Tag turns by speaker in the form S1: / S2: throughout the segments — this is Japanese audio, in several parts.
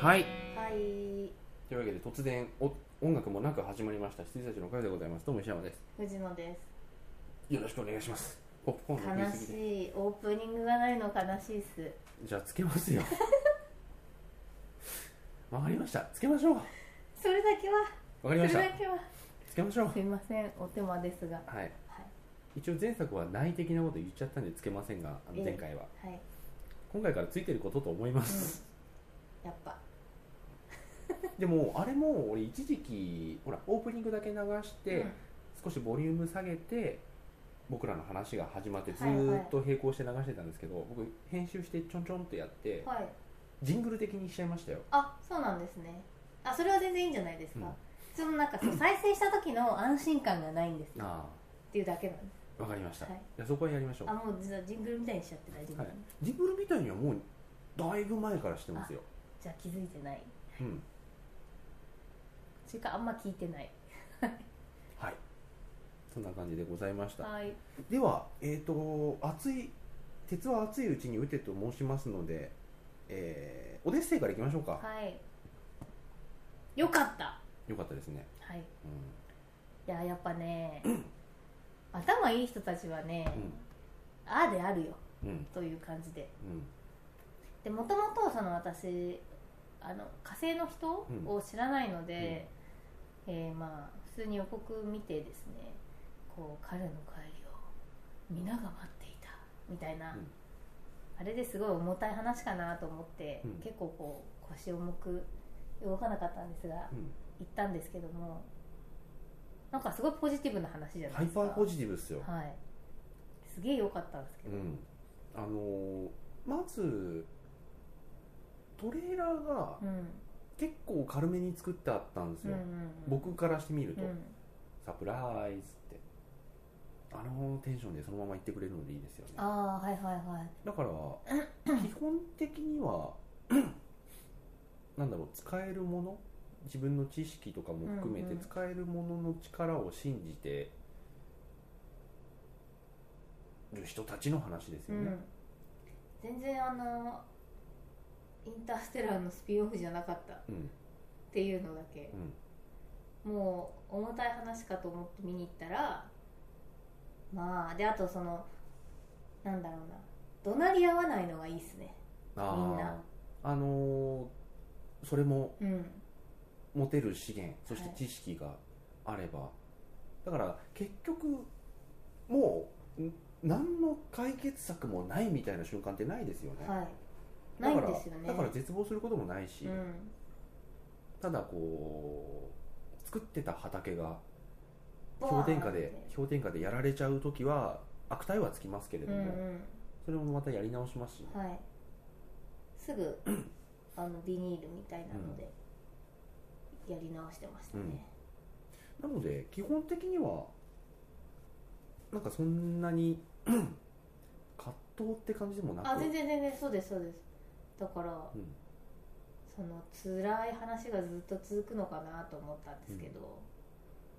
S1: はい
S2: はい
S1: というわけで突然お音楽もなく始まりました羊たちの会でございますどうも石山です
S2: 藤野で
S1: よろしくお願いしますポップコーンの食い
S2: す
S1: すぎ
S2: 悲
S1: で
S2: しいオープニングがないの悲しいっす
S1: じゃあつけますよわかりましたつけましょう
S2: それだけは
S1: わかり
S2: そ
S1: ま
S2: れ
S1: した
S2: だけは
S1: つけましょう
S2: すいませんお手間ですが
S1: はい
S2: は
S1: 一応前作は内的なこと言っちゃったんでつけませんがあの前回は、
S2: いはい
S1: 今回からついてることと思います、
S2: やっぱ
S1: でもあれも俺一時期ほらオープニングだけ流して、
S2: うん
S1: 少しボリューム下げて僕らの話が始まってず
S2: はいはい
S1: ーっと並行して流してたんですけど、僕編集してちょんちょんとやって
S2: はい
S1: ジングル的にしちゃいましたよ
S2: あそうなんですねあそれは全然いいんじゃないですか、
S1: うん
S2: そのなん かそう再生した時の安心感がないんですっ
S1: あ
S2: ていうだけなんです
S1: あわかりました、
S2: はい
S1: じゃあそこはやりましょう
S2: あもう実はジングルみたいにしちゃって大丈夫、
S1: はいジングルみたいにはもうだいぶ前からしてますよ、
S2: じゃあ気づいてない
S1: うん、
S2: それかあんま聞いてない
S1: はいそんな感じでございました
S2: はい
S1: では、えー、と熱い鉄は熱いうちに打てと申しますので、えーオデッセイからいきましょうか、
S2: はいよかった
S1: よかったですね、
S2: はい
S1: うん
S2: いややっぱね頭いい人たちはね、ああであるよ
S1: うんうん
S2: という感じで
S1: うん
S2: でもともとその私あの火星の人
S1: うん
S2: を知らないので、えーまあ普通に予告見てですねこう彼の帰りを皆が待っていたみたいな、
S1: うん
S2: あれですごい重たい話かなと思って、
S1: うん
S2: 結構こう腰重く動かなかったんですが
S1: うん
S2: 行ったんですけどもなんかすごいポジティブな話じゃな
S1: ハイ
S2: いですか
S1: パーポジティブですよ、
S2: はいすげえ良かったんですけ
S1: う
S2: ど、
S1: んあのーまずトレーラーが
S2: うん
S1: 結構軽めに作ってあったんです
S2: うん
S1: よ、
S2: うんうん、
S1: 僕からしてみる
S2: う
S1: と、
S2: ん、
S1: サプライズってあのテンションでそのまま言ってくれるのでいいですよね
S2: ああはいはいはい
S1: だ から基本的には なんだろう使えるもの自分の知識とかも含め
S2: うんう
S1: て
S2: ん
S1: 使えるものの力を信じてる人たちの話です
S2: う
S1: よね
S2: ん、全然あのインターステラーのスピンオフじゃなかったっ
S1: うん、
S2: ていうのだけ
S1: う、ん
S2: もう重たい話かと思って見に行ったらまあであとそのなんだろうな怒鳴り合わないのがいいっすねみん
S1: あ
S2: な
S1: ああのーそれも
S2: うん
S1: 持てる資源そして
S2: はい
S1: 知識があれば、だから結局もうん何の解決策もないみたいな瞬間ってないですよね、
S2: はい
S1: だ
S2: ない
S1: か
S2: ん
S1: ら
S2: ですよね
S1: だから絶望することもないし、
S2: うん
S1: ただこう作ってた畑が
S2: ボワーン
S1: 氷点下で氷点下でやられちゃう時は悪態はつきますけれ
S2: う
S1: ど
S2: ん
S1: も、
S2: うん
S1: それもまたやり直しますしね、
S2: はい、すぐあのビニールみたいなので、やり直してましたね、
S1: なので基本的にはなんかそんなに 葛藤って感じでもなく
S2: あ全然全然そうですそうですだから
S1: うん
S2: その辛い話がずっと続くのかなと思ったんですけど、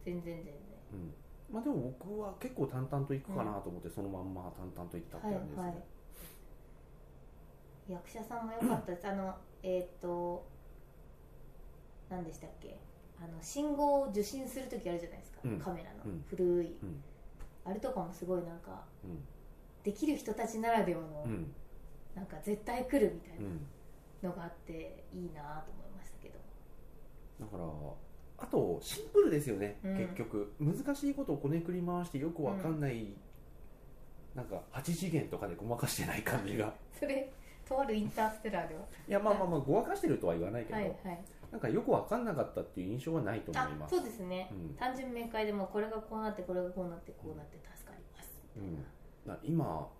S2: 全然全然
S1: うんまあ、でも僕は結構淡々といくかなと思って、そのまんま淡々といったって感じですね、
S2: はいはい役者さんも良かったですあのえっ、と何でしたっけあの信号を受信する時あるじゃないですか、
S1: うん
S2: カメラの、
S1: うん
S2: 古い、
S1: うん
S2: あれとかもすごいなんかできる人たちならではの、
S1: うんうん
S2: なんか絶対来るみたい
S1: うん
S2: なのがあっていいなと思いましたけど、
S1: だからあとシンプルですよね、
S2: うん
S1: 結局難しいことをこねくり回してよくわかんない、なんか8次元とかでごまかしてない感じ が
S2: それとあるインターステラーでは
S1: いやまあまあまあごまかしてるとは言わないけど、
S2: はいはい
S1: なんかよくわかんなかったっていう印象はないと思
S2: あ
S1: います
S2: そうですね、
S1: うん
S2: 単純明快でもうこれがこうなってこれがこうなってこうなって助かりますみたいな、
S1: だから今、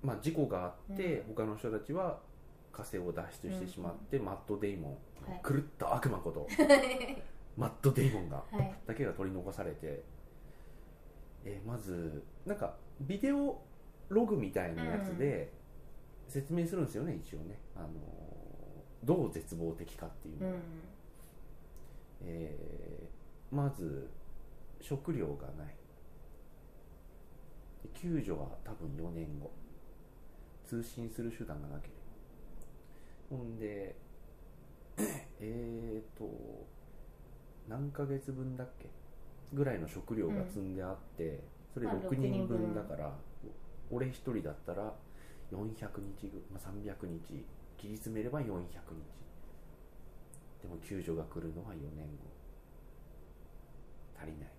S1: まあ、事故があって、他の人たちは火星を脱出してしまって、マット・デイモン、
S2: はい
S1: 狂った悪魔ことマット・デイモンが
S2: はい
S1: だけが取り残されて、えーまずなんかビデオログみたいなやつで説明するんですよね、一応ね、あのーどう絶望的かっていう
S2: う
S1: のを、
S2: んうん
S1: えーまず食料がないで救助は多分4年後通信する手段がなければほんで えーと何ヶ月分だっけぐらいの食料が積んであって、それ
S2: まあ
S1: 6人分
S2: 六人分
S1: だから、お俺1人だったら400日ぐ、まあ、300日切り詰めれば400日でも救助が来るのは4年後足りない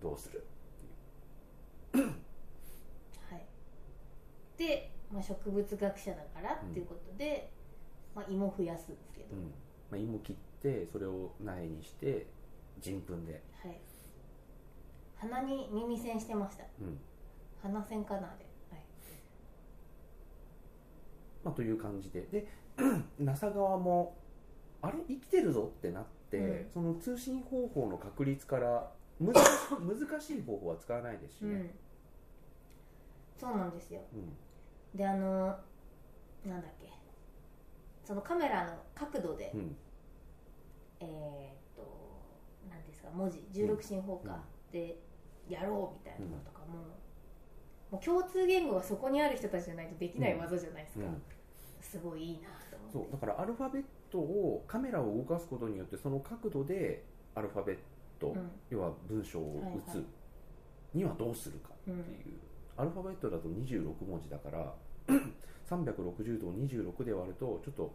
S1: どうする
S2: はい、で、まあ、植物学者だからっていうことで、まあ、芋増やすんですけ
S1: う
S2: ど、
S1: ん、まあ、芋切ってそれを苗にして人糞で
S2: はい、鼻に耳栓してました
S1: うん
S2: 鼻栓かなあれ、はい、
S1: まあ、という感じでで NASA 側もあれ生きてるぞってなって、
S2: うん
S1: その通信方法の確率からむず 難しい方法は使わないですし
S2: う
S1: ね、
S2: んそうなんですよ
S1: うん
S2: であのなんだっけそのカメラの角度で、
S1: うん
S2: えーっとなんですか文字16進法化でやろうみたいなのとかも,、もう共通言語がそこにある人たちじゃないとできない技じゃないですか、
S1: うん
S2: すごいいいなと
S1: そ
S2: 思っ
S1: うだからアルファベットをカメラを動かすことによってその角度でアルファベット、
S2: て
S1: 要は文章を打
S2: はいは
S1: つにはどうするか
S2: うんう
S1: って
S2: ん
S1: いう、アルファベットだと26文字だから 360度を26で割るとちょっと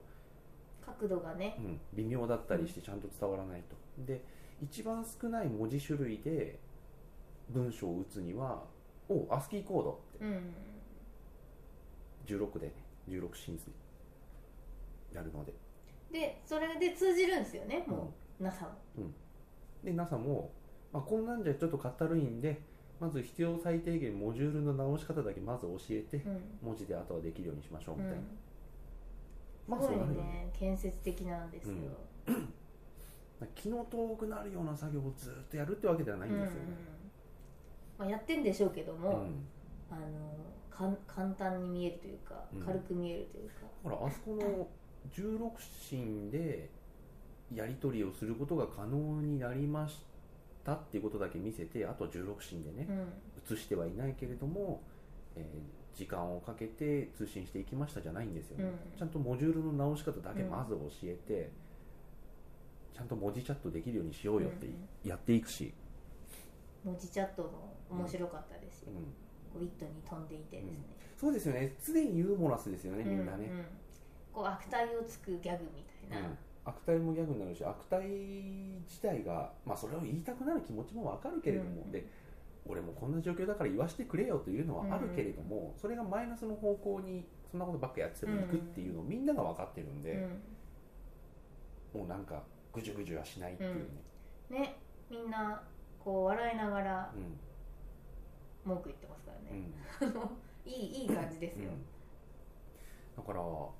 S2: 角度がね
S1: うん、微妙だったりしてちゃんと伝わらないと、で一番少ない文字種類で文章を打つには「おアスキーコード」っ
S2: うん
S1: て16でね16進数やるので
S2: でそれで通じるんですよねもう、NASA も
S1: で NASA も、まあ、こんなんじゃちょっとかったるいんでまず必要最低限モジュールの直し方だけまず教えて、
S2: うん
S1: 文字であとはできるようにしましょう
S2: う
S1: みたいな、
S2: ん
S1: まあ
S2: す
S1: そ
S2: ご
S1: う
S2: い
S1: なるよね
S2: ね建設的なんですよ、
S1: うん気の遠くなるような作業をずっとやるってわけではないんですよね、
S2: まあ、やってんでしょうけど
S1: うん
S2: も、あのかん簡単に見えるというか
S1: うん
S2: 軽く見えるというか、
S1: ほらあそこの16進でやり取りをすることが可能になりましたっていうことだけ見せてあとは16進でね
S2: うん
S1: 映してはいないけれども、えー時間をかけて通信していきましたじゃないんですよね、
S2: うん
S1: ちゃんとモジュールの直し方だけまず教えて、ちゃんと文字チャットできるようにしようよって
S2: うん
S1: やっていくし、
S2: 文字チャットも面白かったですよ
S1: う、ん
S2: こう一途に飛んでいてですね、
S1: そうですよね常にユーモラスですよねみんなね、
S2: うんうんこう悪態をつくギャグみたいな、
S1: 悪態もギャグになるし悪態自体が、まあ、それを言いたくなる気持ちもわかるけれども、
S2: うん
S1: で俺もこんな状況だから言わしてくれよというのはあるけれども、それがマイナスの方向にそんなことばっかやってても行くっていうのをみんなが分かってるん
S2: う
S1: で、
S2: ん
S1: もうなんかぐじゅぐじゅはしないっていうね、
S2: ねみんなこう笑いながら
S1: うん
S2: 文句言ってますから
S1: うん
S2: ね、あのいいいい感じですよ、
S1: だからあの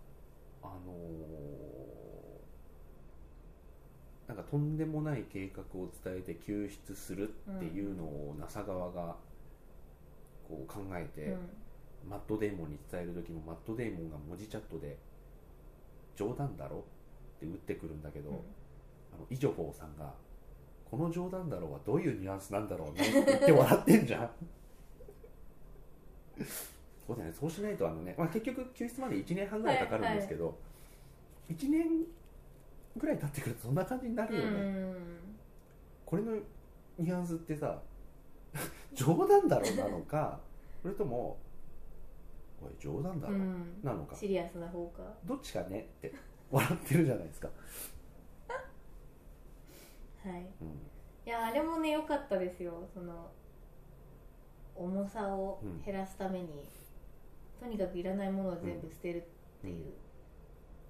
S1: ーなんかとんでもない計画を伝えて救出するっていうのを NASA 側がこう考え
S2: う
S1: て、
S2: ん
S1: マットデーモンに伝える時もマットデーモンが文字チャットで「冗談だろ?」って打ってくるんだけど、
S2: うん
S1: あのイジョフォーさんが「この冗談だろうはどういうニュアンスなんだろうね」って言って笑ってんじゃん そうだよねそうしないとあのね、まあ、結局救出まで1年半ぐらいかかるんですけど、1年ぐらい経ってくるとそんな感じになるよね、
S2: うん
S1: これのニュアンスってさ 冗談だろうなのかそれとも「おい冗談だ
S2: う
S1: ろう?」
S2: ん
S1: なのか
S2: シリアスな方が
S1: どっちかねって笑ってるじゃないですか、
S2: はい
S1: うん
S2: いやあれもね良かったですよその重さを減らすために、とにかくいらないものを全部捨てるっていう、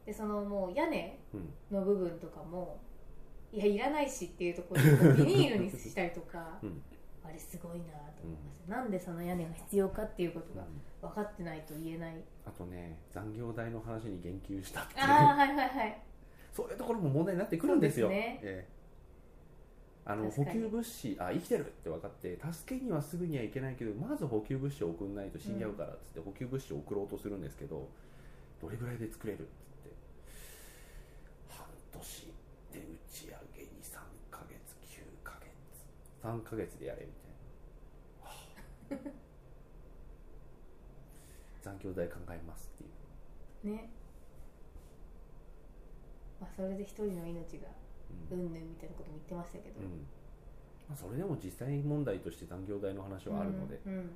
S2: でそのもう屋根
S1: うん
S2: の部分とかもいやいらないしっていうところをビニールにしたりとか、
S1: うん
S2: あれすごいなと思いました、なんでその屋根が必要かっていうこと
S1: う
S2: が
S1: ん
S2: 分かってないと言えない、
S1: あとね残業代の話に言及したっていう
S2: ああはいはいはい
S1: そういうところも問題になってくるんですよ。
S2: そうですね
S1: ええあの補
S2: 確かに
S1: 給物資あ生きてるって分かって助けにはすぐにはいけないけどまず補給物資を送んないと死んじゃうからっつって、補給物資を送ろうとするんですけどどれぐらいで作れるっつって半年で打ち上げに3ヶ月9ヶ月3ヶ月でやれ みたいな、はあ残業代考えますっていう
S2: ねまあそれで一人の命が
S1: う
S2: うんんぬんみたいなことも言ってましたけど、
S1: うんまあそれでも実際問題として残業代の話はあるので、
S2: うんうん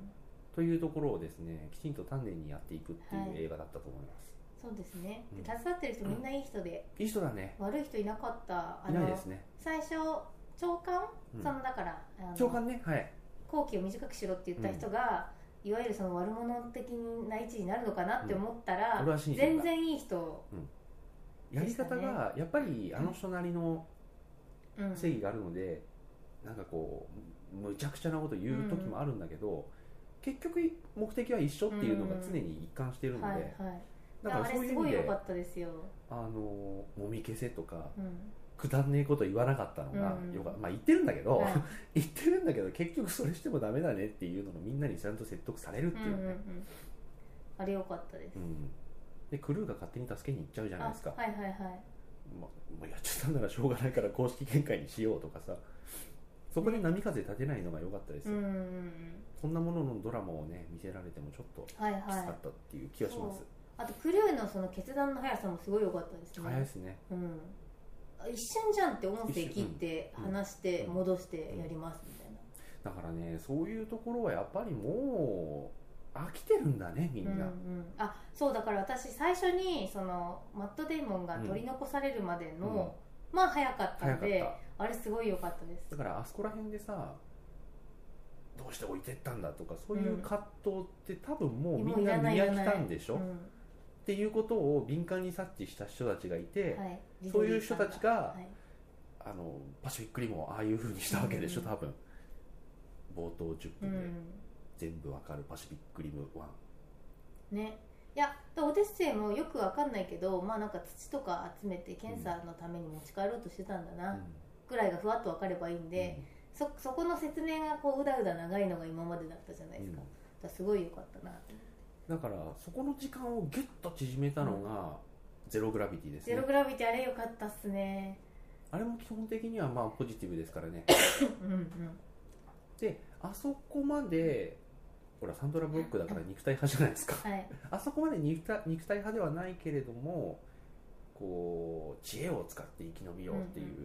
S1: というところをですねきちんと丹念にやっていくっていう映画だったと思います、
S2: そうですね、
S1: うん
S2: で携わってる人みんないい人で、
S1: い、い人だね
S2: 悪い人いなかったあ
S1: いない
S2: の
S1: ですね、
S2: 最初長官、
S1: うん
S2: そのだからあの
S1: 長官ねはい
S2: 後期を短くしろって言った人が、いわゆるその悪者的な位置になるのかなって思ったら、
S1: うん俺は信じてた
S2: 全然いい人、
S1: やり方
S2: でした
S1: がやっぱりあの人なりの
S2: うん
S1: 正義があるので、なんかこうむちゃくちゃなこと言う時もあるんだけど、結局目的は一緒っていうのが常に一貫してるので、
S2: はいはい
S1: だ
S2: いや
S1: か
S2: あ
S1: らそうい
S2: れす
S1: う意
S2: ご
S1: 味
S2: い良
S1: で
S2: かったですよ、
S1: あのもみ消せとか
S2: うん
S1: くだんねえこと言わなかったのが
S2: うん
S1: よかった、まあ言 ってるんだけど、
S2: はい
S1: 言ってるんだけど結局それしてもダメだねっていうのがみんなにちゃんと説得されるっ
S2: う
S1: て
S2: ん
S1: いううんね、
S2: うん、あれ良かったです、
S1: うんでクルーが勝手に助けに行っちゃうじゃないですか
S2: あはいはいはい
S1: ままあやっちゃったんならしょうがないから公式見解にしようとかさそこで波風立てないのが良かったです
S2: う
S1: よ、
S2: んうんうん
S1: こんなもののドラマをね見せられてもちょっとき
S2: はい
S1: つか
S2: はい
S1: ったっていう気がします、
S2: あとクルーのその決断の速さもすごい良かったですね
S1: 早いですね
S2: うん、あ一瞬じゃんって音声切って
S1: 一瞬うん
S2: 話して
S1: うん
S2: 戻してやりますみたいな、
S1: だからねそういうところはやっぱりもう飽きてるんだねみん
S2: うんう
S1: な、
S2: ん、あそうだから私最初にそのマット・デイモンが取り残されるまでの、まあ早かった
S1: 早
S2: ん
S1: かっ
S2: で
S1: た
S2: あれすごい良かったです
S1: だからあそこら辺でさどうして置いてったんだとかそういう葛藤って多分もうみ
S2: もうんい
S1: な
S2: らない
S1: 見
S2: い
S1: 飽
S2: ら
S1: き
S2: ない
S1: たんでしょ、
S2: う
S1: っ
S2: ん
S1: ていうことを敏感に察知した人たちがいて、
S2: はい、
S1: そういう人たちが
S2: は、い
S1: あのパシフィックリムをああいうふうにしたわけでしょ、
S2: うん
S1: 多分冒頭10
S2: う
S1: 分で
S2: ん、
S1: 全部わかるパシフィックリム1、
S2: ねいやでオデッセイもよくわかんないけどまあなんか土とか集めて検査のために持ち帰ろうとしてたんだな、ぐらいがふわっとわかればいいんで、そそこの説明がこううだうだ長いのが今までだったじゃな
S1: う
S2: い
S1: ん
S2: で
S1: う
S2: す
S1: ん
S2: か,、だからすごい良かったなと
S1: だからそこの時間をギュッと縮めたのがゼログラビティです
S2: ゼ
S1: ね
S2: ログラビティあれ良かったっすね
S1: あれも基本的にはまあポジティブですからね
S2: うんうん
S1: であそこまでほらサンドラ・ブロックだから肉体派じゃないですか
S2: はい
S1: あそこまで肉体肉体派ではないけれどもこう知恵を使って生き延びようっていう、
S2: う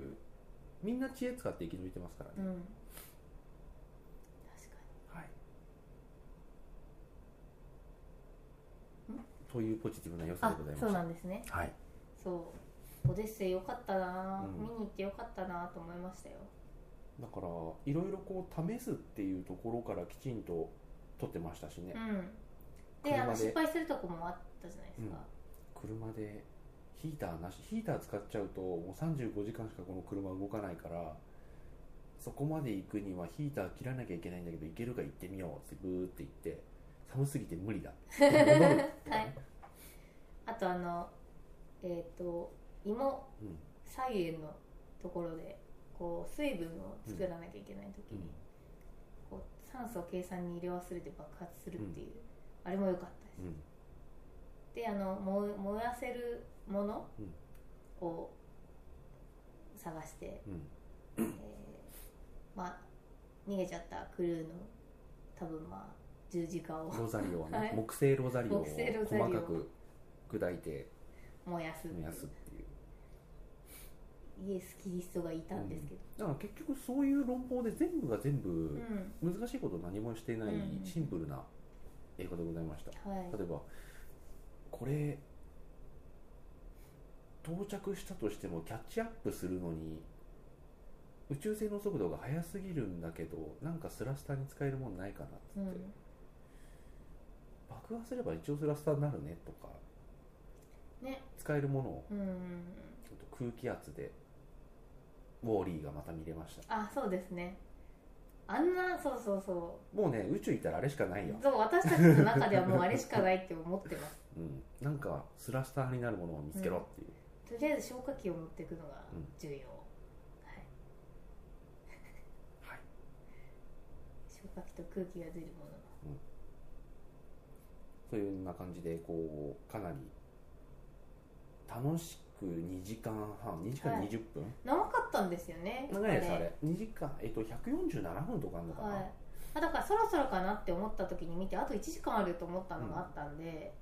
S1: みんな知恵使って生き延びてますからね、
S2: うん確か
S1: はい
S2: ん。
S1: というポジティブな要素で
S2: あ
S1: ございま
S2: そう
S1: す。
S2: なんですね
S1: はい。
S2: そうオデッセイ良かったな、
S1: うん
S2: 見に行って良かったなと思いましたよ
S1: だからいろいろこう試すっていうところからきちんと取ってましたしね
S2: う。んであの
S1: 車で
S2: 失敗するとこもあったじゃないですか、
S1: 車でヒーターなし、ヒーター使っちゃうともう35時間しかこの車動かないから。そこまで行くにはヒーター切らなきゃいけないんだけど行けるか行ってみようってブーって行って寒すぎて無理 だ戻るとか
S2: はい
S1: ね、
S2: あとあのえっ、と芋
S1: うん
S2: 菜園のところでこう水分を作らなきゃいけない時に、こう酸素を計算に入れ忘れて爆発するっていう、あれも良かったです、
S1: うんうん
S2: であの燃え燃やせるもの
S1: うん
S2: を探して、
S1: うん
S2: えーまあ逃げちゃったクルーの多分まあ十字架を
S1: ロザリオはね、
S2: はい
S1: 木製ロザリオを
S2: 木製ロザリ
S1: 細
S2: オ
S1: かく砕いて
S2: 燃やすって
S1: 燃
S2: いう
S1: やすっていう
S2: イエス・キリストがいたんですけど、
S1: だから結局そういう論法で全部が全部
S2: うん
S1: 難しいこと何もしてない
S2: うん
S1: シンプルな英語でございました
S2: はい
S1: 例えばこれ到着したとしてもキャッチアップするのに宇宙船の速度が速すぎるんだけどなんかスラスターに使えるもんないかなっつ
S2: う
S1: って、
S2: ん
S1: 爆破すれば一応スラスターになるねとか
S2: ね
S1: 使えるものを
S2: うん
S1: ちょっと空気圧でウォーリーがまた見れました
S2: あそうですねあんなそうそうそ
S1: もうね宇宙行ったらあれしかな
S2: う
S1: いよ、
S2: そう私たちの中ではもうあれしかないって思ってます
S1: うん、なんかスラスターになるものを見つけろっていう、
S2: とりあえず消火器を持っていくのが
S1: うん
S2: 重要、はい
S1: はい
S2: 消火器と空気が出るもの
S1: そういうような感じでこうかなり楽しく2時間半2時間
S2: はい
S1: 20分、
S2: 長かったんですよね
S1: 長いですあ
S2: あれ
S1: れ2時間えっと147分とかあるのかな、
S2: はいあだからそろそろかなって思った時に見てあと1時間あると思ったのがあったんで、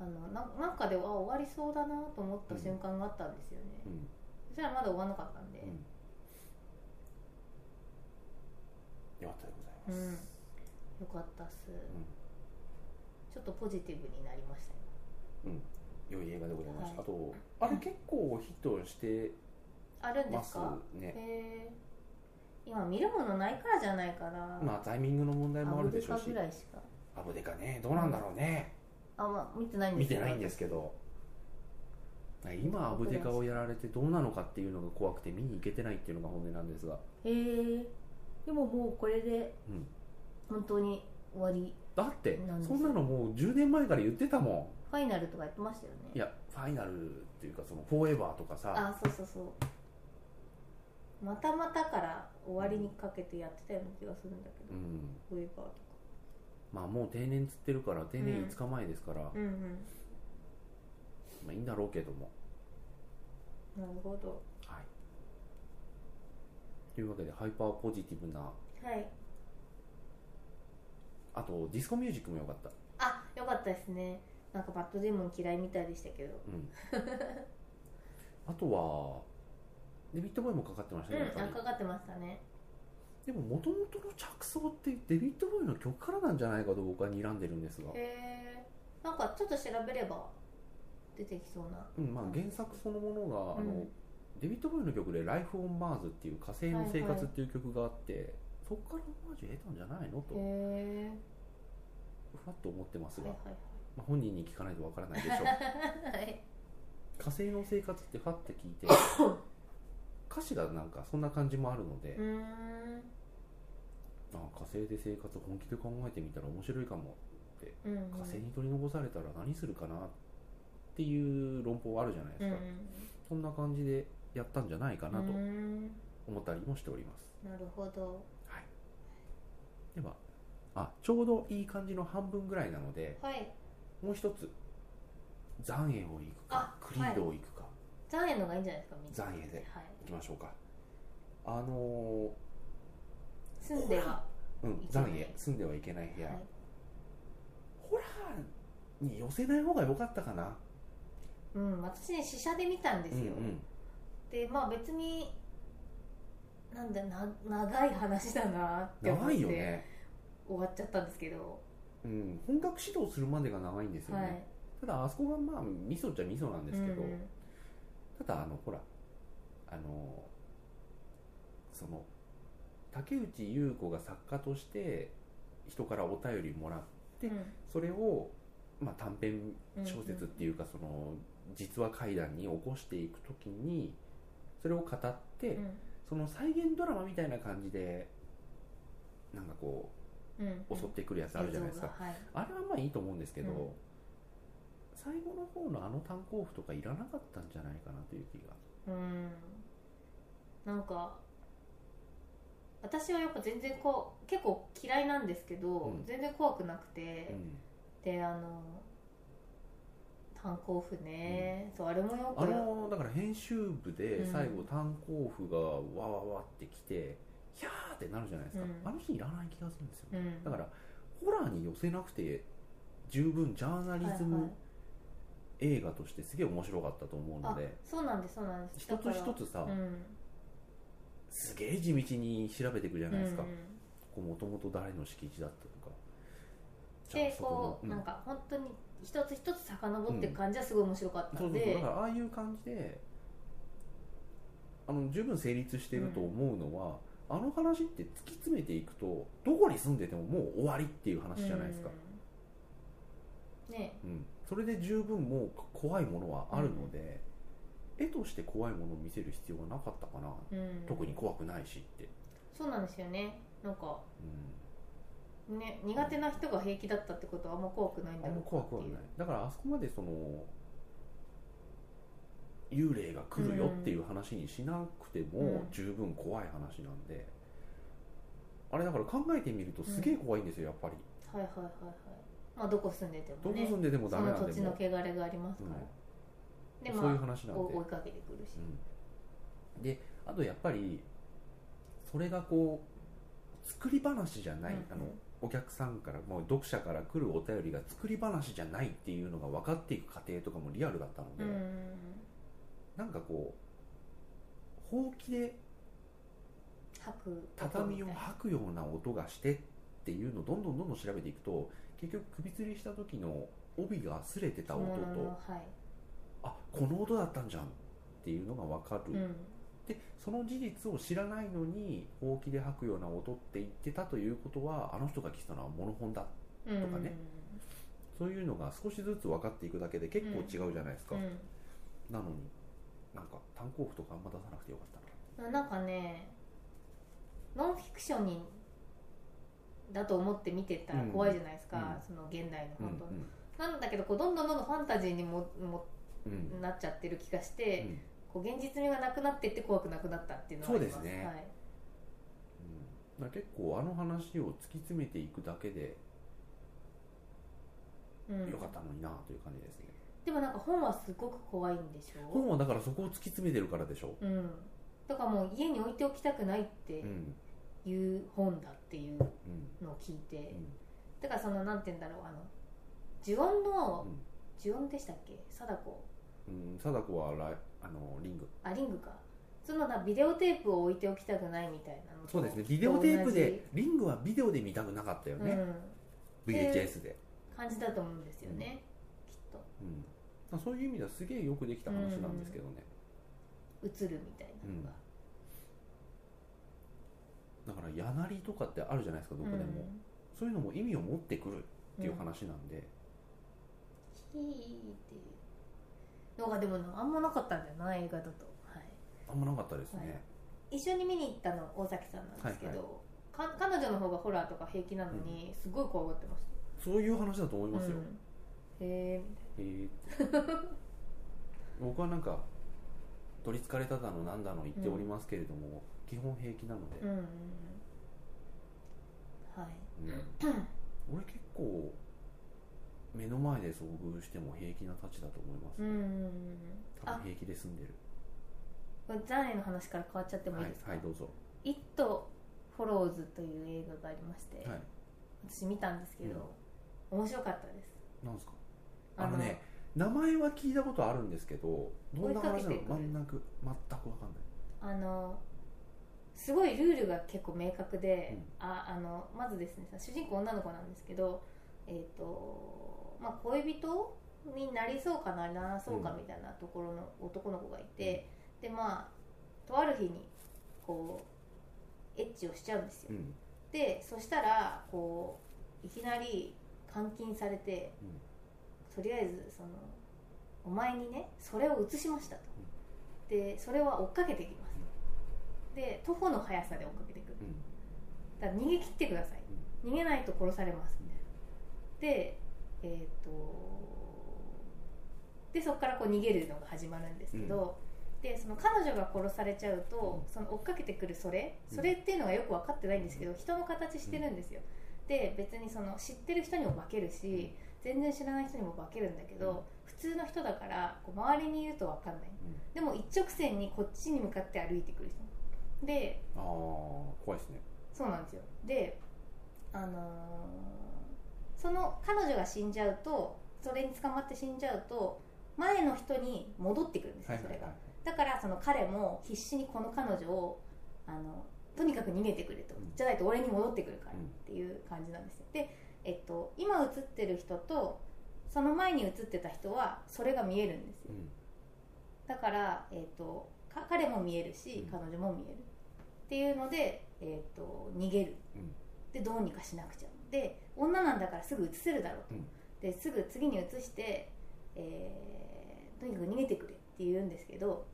S2: あのななんかであ終わりそうだなと思った瞬間があったんですよね、
S1: うん
S2: そしたらまだ終わんなかったんで、
S1: よかったでござい
S2: うん
S1: ます、
S2: よかったっす、ちょっとポジティブになりましたよ
S1: 良い映画でございました、
S2: は
S1: あ
S2: い
S1: とあれ結構ヒットして
S2: あるんで
S1: ますす
S2: か
S1: ね
S2: へえ今見るものないからじゃないかな、
S1: まあタイミングの問題もあ
S2: ア
S1: る
S2: メ
S1: で
S2: リ
S1: しょ
S2: カ
S1: うし
S2: ぐらいしか
S1: アブデカねどうなんだろうね、
S2: あまあ見てないん
S1: 見
S2: ですけ
S1: て
S2: ど
S1: ないんですけど今アブデカをやられてどうなのかっていうのが怖くて見に行けてないっていうのが本音なんですが
S2: へえでももうこれで
S1: うん
S2: 本当に終わり
S1: だって
S2: なんです
S1: そんなのもう10年前から言ってたも
S2: ファイナルとかやってましたよ
S1: んい
S2: ね
S1: やファイナルっていうかそのフォーエバーとかさ
S2: あそうそうそうまたまたから終わりにかけてやってたような気がするんだけ
S1: う
S2: ど、
S1: ん
S2: ウェーバーとか
S1: まあもう定年つってるから定
S2: う
S1: 年
S2: ん
S1: 5日前ですから、
S2: うんうん
S1: まあいいんだろうけども
S2: なるほど
S1: はいというわけでハイパーポジティブな
S2: はい
S1: あとディスコミュージックも良かった
S2: あよかったですねなんかバッドデーモン嫌いみたいでしたけど
S1: うんあとはデビッド・ボーイもかかってました
S2: う
S1: ね、
S2: ん
S1: やっぱ
S2: あ
S1: り
S2: かかってましたね
S1: でも元々の着想ってデビッド・ボーイの曲からなんじゃないかと僕は睨んでるんですが、
S2: へえんかちょっと調べれば出てきそうな
S1: うんまあ、原作そのものが、あ
S2: う
S1: の
S2: ん
S1: デビッド・ボーイの曲で「Life on Mars」っていう火星の生活っていう曲があって、そこからオマージュ得たんじゃないのと
S2: へえ
S1: ふわっと思ってます
S2: は
S1: が、
S2: いは
S1: まあ、本人に聞かないとわからないで しょう
S2: いはいはい
S1: 火星の生活ってファって聞 いて歌詞がなんかそんな感じもあるので、
S2: うーん
S1: あ火星で生活本気で考えてみたら面白いかも
S2: うんうん
S1: 火星に取り残されたら何するかなっていう論法あるじゃないで
S2: うん
S1: す
S2: う
S1: か、
S2: ん
S1: そんな感じでやったんじゃないかなと
S2: うーん
S1: 思ったりもしております、
S2: なるほど
S1: ではあちょうどいい感じの半分ぐらいなので
S2: はい
S1: もう一つ残影を行くか
S2: あ
S1: クリードを行くか、
S2: 残影のがいいんじゃないですかみんな
S1: 残影で
S2: はい
S1: 行きましょうかあの
S2: 住んでは
S1: ーうん
S2: いけな
S1: 残
S2: い
S1: 影住んではいけない部屋、
S2: はい
S1: ホラーに寄せない方が良かったかな
S2: うん私ね試写で見たんですよ
S1: うんうん
S2: でまあ別になんだな長い話だなって思っ
S1: 長いよ
S2: て
S1: ね、
S2: 終わっちゃったんですけど
S1: うん、本格指導するまでが長いんですよ
S2: は
S1: ね、
S2: い
S1: ただあそこがまあミソっちゃミソなんですけど、
S2: うんうん
S1: ただあのほらあのその竹内優子が作家として人からお便りもらってそれを、まあ、短編
S2: うん
S1: 小説っていうか、その実話怪談に起こしていくときにそれを語って、
S2: うん
S1: その再現ドラマみたいな感じでなんかこ
S2: うんうん
S1: う襲ってくるやつあるじゃないですか、
S2: 映像がはい
S1: あれはまあいいと思うんですけど、
S2: うん
S1: 最後の方のあの炭鉱夫とかいらなかったんじゃないかなという気が
S2: うんなんか私はやっぱ全然こう結構嫌いなんですけ
S1: う
S2: ど、
S1: ん
S2: 全然怖くなくて、
S1: う
S2: であの炭鉱夫ね、そうあれもよ
S1: ん、あ
S2: く
S1: のだから編集部で
S2: うん
S1: 最後炭鉱夫がわわわってきてキャーってなるじゃないですか、
S2: うん
S1: あの人いらない気がするんですよ、
S2: う
S1: ね
S2: ん、
S1: だからホラーに寄せなくて十分ジャーナリズ
S2: はいは
S1: ム
S2: い
S1: 映画としてすげえ面白かったと思うので、
S2: そうなんですそうなんです
S1: 一つ一つさ、
S2: だからうん
S1: すげえ地道に調べていくじゃないですか
S2: うんうん、
S1: ここもともと誰の敷地だったとかじゃあ
S2: で
S1: そ
S2: こ
S1: こ
S2: う、
S1: の、う
S2: なん
S1: ん、
S2: か本当に一つ一つ遡っていく感じはすごい面白かった
S1: そ
S2: の
S1: うそう
S2: で、
S1: そうだからああいう感じであの十分成立してると思うのは、あの話って突き詰めていくとどこに住んでてももう終わりっていう話じゃないですか、
S2: うんね
S1: うんそれで十分もう怖いものはあるので、絵として怖いものを見せる必要はなかったかな、
S2: うん
S1: 特に怖くないしって、
S2: そうなんですよねなんか
S1: うん、
S2: ね苦手な人が平気だったってことはあんま怖くないんだ
S1: あん
S2: ろ
S1: ま
S2: う
S1: 怖
S2: かっ
S1: くは
S2: てい
S1: な
S2: う
S1: いだからあそこまでその幽霊が来るよっていう話にしなくても
S2: うん
S1: 十分怖い話なんで、あれだから考えてみるとすげえ怖いんですよやっぱり
S2: はいはいはいはいまあどこ住んでて
S1: ど
S2: も
S1: こ
S2: ね
S1: 住んでてもダ
S2: そ
S1: メ
S2: の
S1: なん
S2: 土
S1: で
S2: 地の
S1: もう、
S2: 汚れがありますから、で
S1: ん、そういう
S2: ま
S1: 話
S2: あ
S1: なんで
S2: こう追いかけてくるし
S1: うん、であとやっぱりそれがこう作り話じゃない、
S2: うん
S1: あのお客さんからもう読者から来るお便りが作り話じゃないっていうのが分かっていく過程とかもリアルだったので、
S2: うん
S1: なんかこうほうきで
S2: 吐く
S1: 畳を吐くような音がしてっていうのをどんどんどんどん調べていくと結局首吊りした時の帯が擦れてた
S2: た
S1: 音
S2: 音
S1: と
S2: とはい
S1: あこの音だったんじゃんっていうのが分かる、
S2: うん
S1: でその事実を知らないのにほうきで吐くような音って言ってたということはあの人が来たのはモノホンだ
S2: うん
S1: とかねそういうのが少しずつ分かっていくだけで結構違うじゃないですか、
S2: うん
S1: なのになんか単行譜とかあんま出さなくてよかったな
S2: なんかねノンフィクションにだと思って見てたら怖いじゃないですか、
S1: うん
S2: その現代の
S1: うん
S2: 本当、なんだけどこうどんどんどんどんファンタジーにもも
S1: うんうん
S2: なっちゃってる気がし
S1: う
S2: て、
S1: ん
S2: こう現実味がなくなってって怖くなくなったっていうのがあります
S1: そうですね
S2: はい、
S1: うん、だから結構あの話を突き詰めていくだけで
S2: うん、
S1: よかったのになという感じですね、
S2: でもなんか本はすごく怖いんでしょ
S1: 本はだからそこを突き詰めてるからでしょ
S2: うん、だからもう家に置いておきたくないっ
S1: う
S2: て
S1: ん
S2: いう本だっていう
S1: うん
S2: のを聞いて
S1: うん
S2: だからそのなんて言うんだろうあの呪音の
S1: うん
S2: 呪音でしたっけ貞子
S1: うん貞子はライあのリング
S2: あリングかそのなビデオテープを置いておきたくないみたいなのと
S1: そうですねビデオテープ
S2: 同
S1: でリングはビデオで見たくなかったよ
S2: じ、
S1: ね、
S2: うん
S1: VHS で、
S2: うん、感じだと思うんですよね、きっと
S1: うんまあそういう意味ではすげえよくできた話なんですけどね、
S2: 映るみたいなのが、
S1: だから柳とかってあるじゃないですかどこでも、そういうのも意味を持ってくるっていう話なんで、
S2: ヒーっていうのがでもなあんまなかったんだよな映画だと、はい、
S1: あんまなかったですね、
S2: はい一緒に見に行ったの大崎さんなんですけど、か彼女の方がホラーとか平気なのに、すごい怖がってまし
S1: そういう話だと思い
S2: た、
S1: ますよ、
S2: うんへえ
S1: えー僕はなんか取りつかれただのなんだの言っておりますけれども、基本平気なの
S2: う
S1: で、
S2: んうんうんはい
S1: うん俺結構目の前で遭遇しても平気なたちだと思います、
S2: うんうんうんうん
S1: 多
S2: あ
S1: 分平気で済んでる
S2: これ残念の話から変わっちゃってもいい
S1: はい
S2: ですか「
S1: はいどうぞ、
S2: イット・フォローズ」という映画がありまして、
S1: はい
S2: 私見たんですけど、面白かったです
S1: なんですかあのね名前は聞いたことあるんですけどどんな話なの
S2: 追いかけて
S1: 全
S2: い
S1: く
S2: く
S1: 全く分かんない
S2: あのすごいルールが結構明確で、ああのまずですね主人公女の子なんですけど、えーとまあ、恋人になりそうかなならそうかみたいなところの男の子がいて、でまあとある日にこうエッチをしちゃうんですよ、
S1: うん
S2: でそしたらこういきなり監禁されて、とりあえずそのお前にねそれを移しましたと、でそれは追っかけてきます、で徒歩の速さで追っかけてくる
S1: うん
S2: だから逃げ切ってください、逃げないと殺されますみたいなでえっ、とでそこからこう逃げるのが始まるんですけど、でその彼女が殺されちゃうと、その追っかけてくるそれ
S1: うん
S2: それっていうのがよく分かってないんですけど、人の形してるんですよ、で別にその知ってる人にも化けるし全然知らない人にも化けるんだけど、
S1: うん
S2: 普通の人だからこう周りに言うと分かんない
S1: うん
S2: でも一直線にこっちに向かって歩いてくる人で
S1: ああ怖いですね
S2: そうなんですよであのーその彼女が死んじゃうとそれに捕まって死んじゃうと前の人に戻ってくるんですよそれが、だからその彼も必死にこの彼女をあのとにかく逃げてくれと、
S1: うん
S2: じゃないと俺に戻ってくるからっ
S1: うん
S2: ていう感じなんですよで、えっと、今映ってる人とその前に映ってた人はそれが見えるんですよ
S1: うん
S2: だから、えー、とか彼も見えるし、
S1: うん
S2: 彼女も見えるっていうので、えー、と逃げる、
S1: うん
S2: でどうにかしなくちゃで女なんだからすぐ移せるだろうと、
S1: うん
S2: ですぐ次に移して、えーとにかく逃げてくれって言うんですけど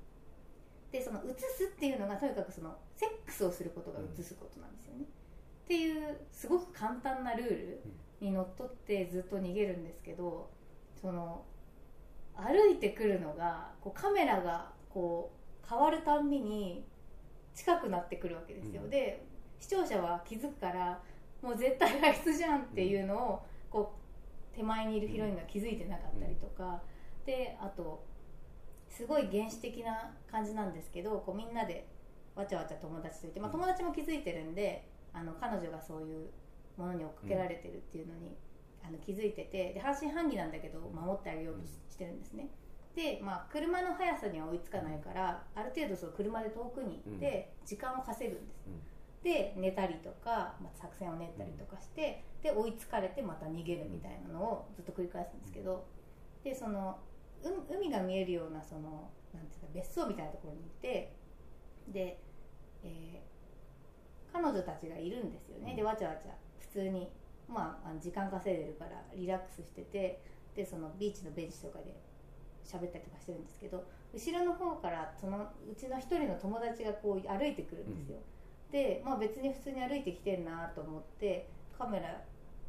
S2: でその移すっていうのがとにかくそのセックスをすることが移すことなんですよね、っていうすごく簡単なルールにのっとってずっと逃げるんですけどその歩いてくるのがこうカメラがこう変わるたんびに近くなってくるわけですよ、
S1: うん
S2: で視聴者は気づくからもう絶対あいつじゃんっていうのをこう手前にいるヒロインが気づいてなかったりとか、であとすごい原始的な感じなんですけどこうみんなでわちゃわちゃ友達といて、まあ、
S1: うん
S2: 友達も気づいてるんであの彼女がそういうものに追っかけられてるっていうのに、あの気づいててで半信半疑なんだけど守ってあげようとししてるんですねで、まあ、車の速さには追いつかないからある程度その車で遠くに行って時間を稼ぐんです、
S1: うん
S2: で寝たりとか、まあ、作戦を練ったりとかして、で追いつかれてまた逃げるみたいなのをずっと繰り返すんですけど、でそのう海が見えるようなそのなんていうか別荘みたいなところに行ってで、えー彼女たちがいるんですよね、
S1: うん
S2: でわちゃわちゃ普通に、まあ、あの時間稼いでるからリラックスしててでそのビーチのベンチとかで喋ったりとかしてるんですけど後ろの方からそのうちの一人の友達がこう歩いてくるんですよ、で、まあ、別に普通に歩いてきてんなと思ってカメラ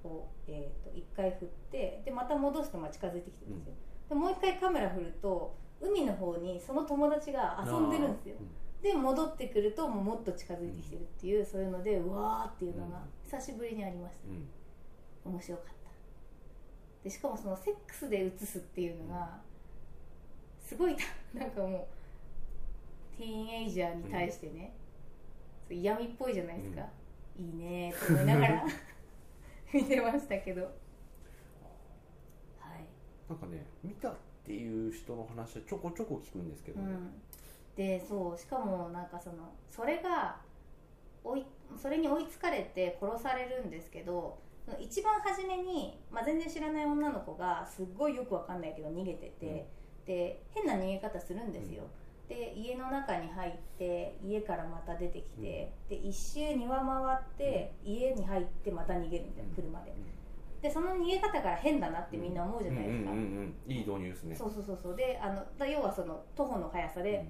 S2: を、えー、と一回振ってでまた戻して、まあ、近づいてきてるんですよ、でもう一回カメラ振ると海の方にその友達が遊んでるんですよで戻ってくるともうもっと近づいてきてるっていう、そういうのでうわーっていうのが久しぶりにありました
S1: うんうん
S2: 面白かったでしかもそのセックスで映すっていうのがすごいた なんかもうティーンエイジャーに対してね、そう嫌味っぽいじゃないですか、いいねーと思いながら 見てましたけどはい
S1: なんかね見たっていう人の話はちょこちょこ聞くんですけど
S2: う
S1: ね、
S2: ん、でそうしかもなんかそのそれが追いそれに追いつかれて殺されるんですけどその一番初めに、まあ、全然知らない女の子がすっごいよくわかんないけど逃げてて、で変な逃げ方するんですよ、で家の中に入って家からまた出てきて、で一周庭回って、家に入ってまた逃げるみたいな車ででその逃げ方から変だなってみんな思うじゃないですか、
S1: うんうんうんうん、いい導入ですね
S2: そうそうそうそうであのだ要はその徒歩の速さで、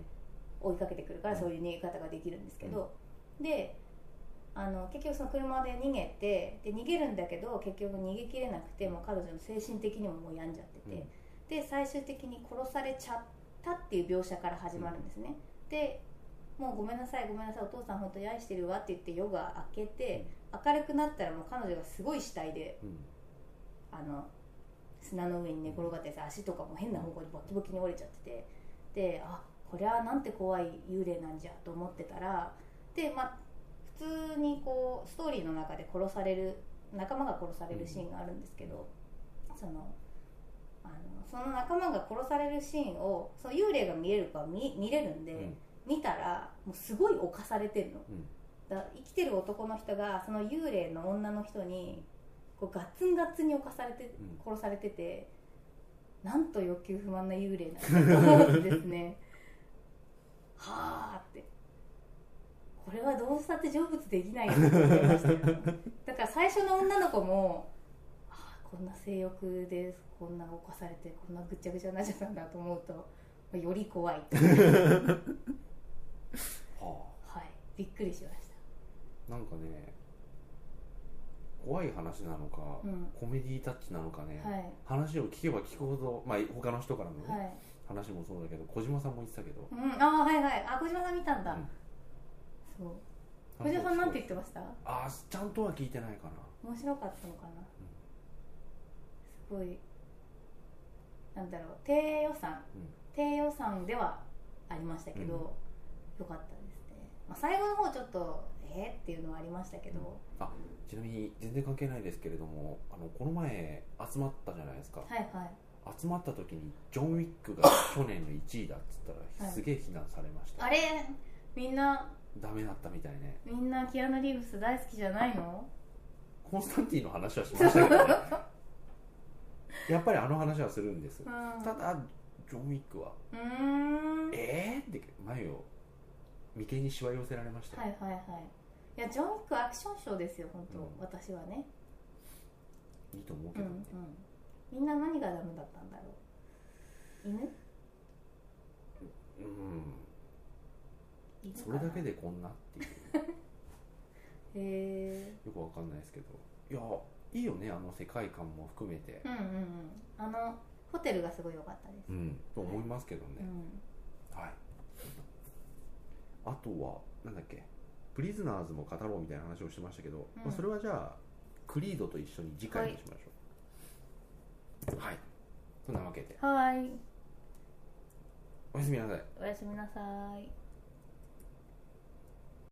S2: 追いかけてくるから
S1: うん
S2: そういう逃げ方ができるんですけど、であの結局その車で逃げてで逃げるんだけど結局逃げきれなくてもう彼女の精神的にももう病んじゃってて、で最終的に殺されちゃったっていう描写から始まるんですね、でもうごめんなさいごめんなさいお父さん本当に愛してるわって言って夜が明けて明るくなったらもう彼女がすごい死体で
S1: うん、うん
S2: あの砂の上に寝転がってさ足とかも変な方向にボキボキに折れちゃっててであこりゃなんて怖い幽霊なんじゃと思ってたらでまあ普通にこうストーリーの中で殺される仲間が殺されるシーンがあるんですけど、そのあのその仲間が殺されるシーンをその幽霊が見えるか見見れるんで、
S1: うん
S2: 見たらもうすごい侵されてるの、
S1: うん
S2: だ生きてる男の人がその幽霊の女の人にこうガッツンガッツンに侵されて
S1: うん
S2: 殺されてて、なんと欲求不満な幽霊なんだと思うんですね はあってこれはどうしたって成仏できないよって思いましたよだから最初の女の子もああこんな性欲でこんな犯されてこんなぐっちゃぐちゃになっちゃったんだと思うとまあより怖いと
S1: は
S2: はいびっくりしました
S1: あなんかね怖い話なのか、
S2: うん
S1: コメディータッチなのかね、
S2: はい
S1: 話を聞けば聞くほど、まあ、他の人からの、ね
S2: はい
S1: 話もそうだけど小島さんも言ってたけど、
S2: うん、ああはいはいあ小島さん見たんだ、
S1: うん
S2: そう小島さんなんて言ってました
S1: ああちゃんとは聞いてないかな
S2: 面白かったのかな、すごいなんだろう低予算、
S1: うん
S2: 低予算ではありましたけど、
S1: うん
S2: よかったですね、まあ、最後の方ちょっとえー、っていうのはありましたけど、
S1: ちなみに全然関係ないですけれどもあのこの前集まったじゃないですか
S2: はいはい
S1: 集まった時にジョン・ウィックが去年の1位だっつったら
S2: はい
S1: すげえ非難されました、
S2: あれみんな
S1: ダメだったみたいね
S2: みんなキアヌ・リーブス大好きじゃないの
S1: コンスタンティーの話はしましたけど ねやっぱりあの話はするんです
S2: う
S1: ただジョン・ウィックは
S2: んうーん
S1: 「えー?」って眉を眉間にしわ寄せられましたよ、
S2: はいはいはいいやジョン・ウィックアクションショーですよ本当、
S1: うん
S2: 私はね
S1: い、いと思うけ
S2: うんう
S1: ど
S2: ん
S1: ね、
S2: みんな何がダメだったんだろう犬
S1: うん、
S2: 犬か
S1: そ
S2: な
S1: れだけでこんなっていう
S2: へえ
S1: よくわかんないですけどいやいいよねあの世界観も含めて
S2: うんうんうんあのホテルがすごい良かったです、
S1: うんと思いますけど
S2: う
S1: ね、
S2: ん
S1: はいあとはなんだっけプリズナーズも語ろうみたいな話をしてましたけど、
S2: うん
S1: まあ、それはじゃあクリードと一緒に次回にしましょうはい、そんなわけで
S2: はい
S1: おやすみなさい
S2: おやすみなさい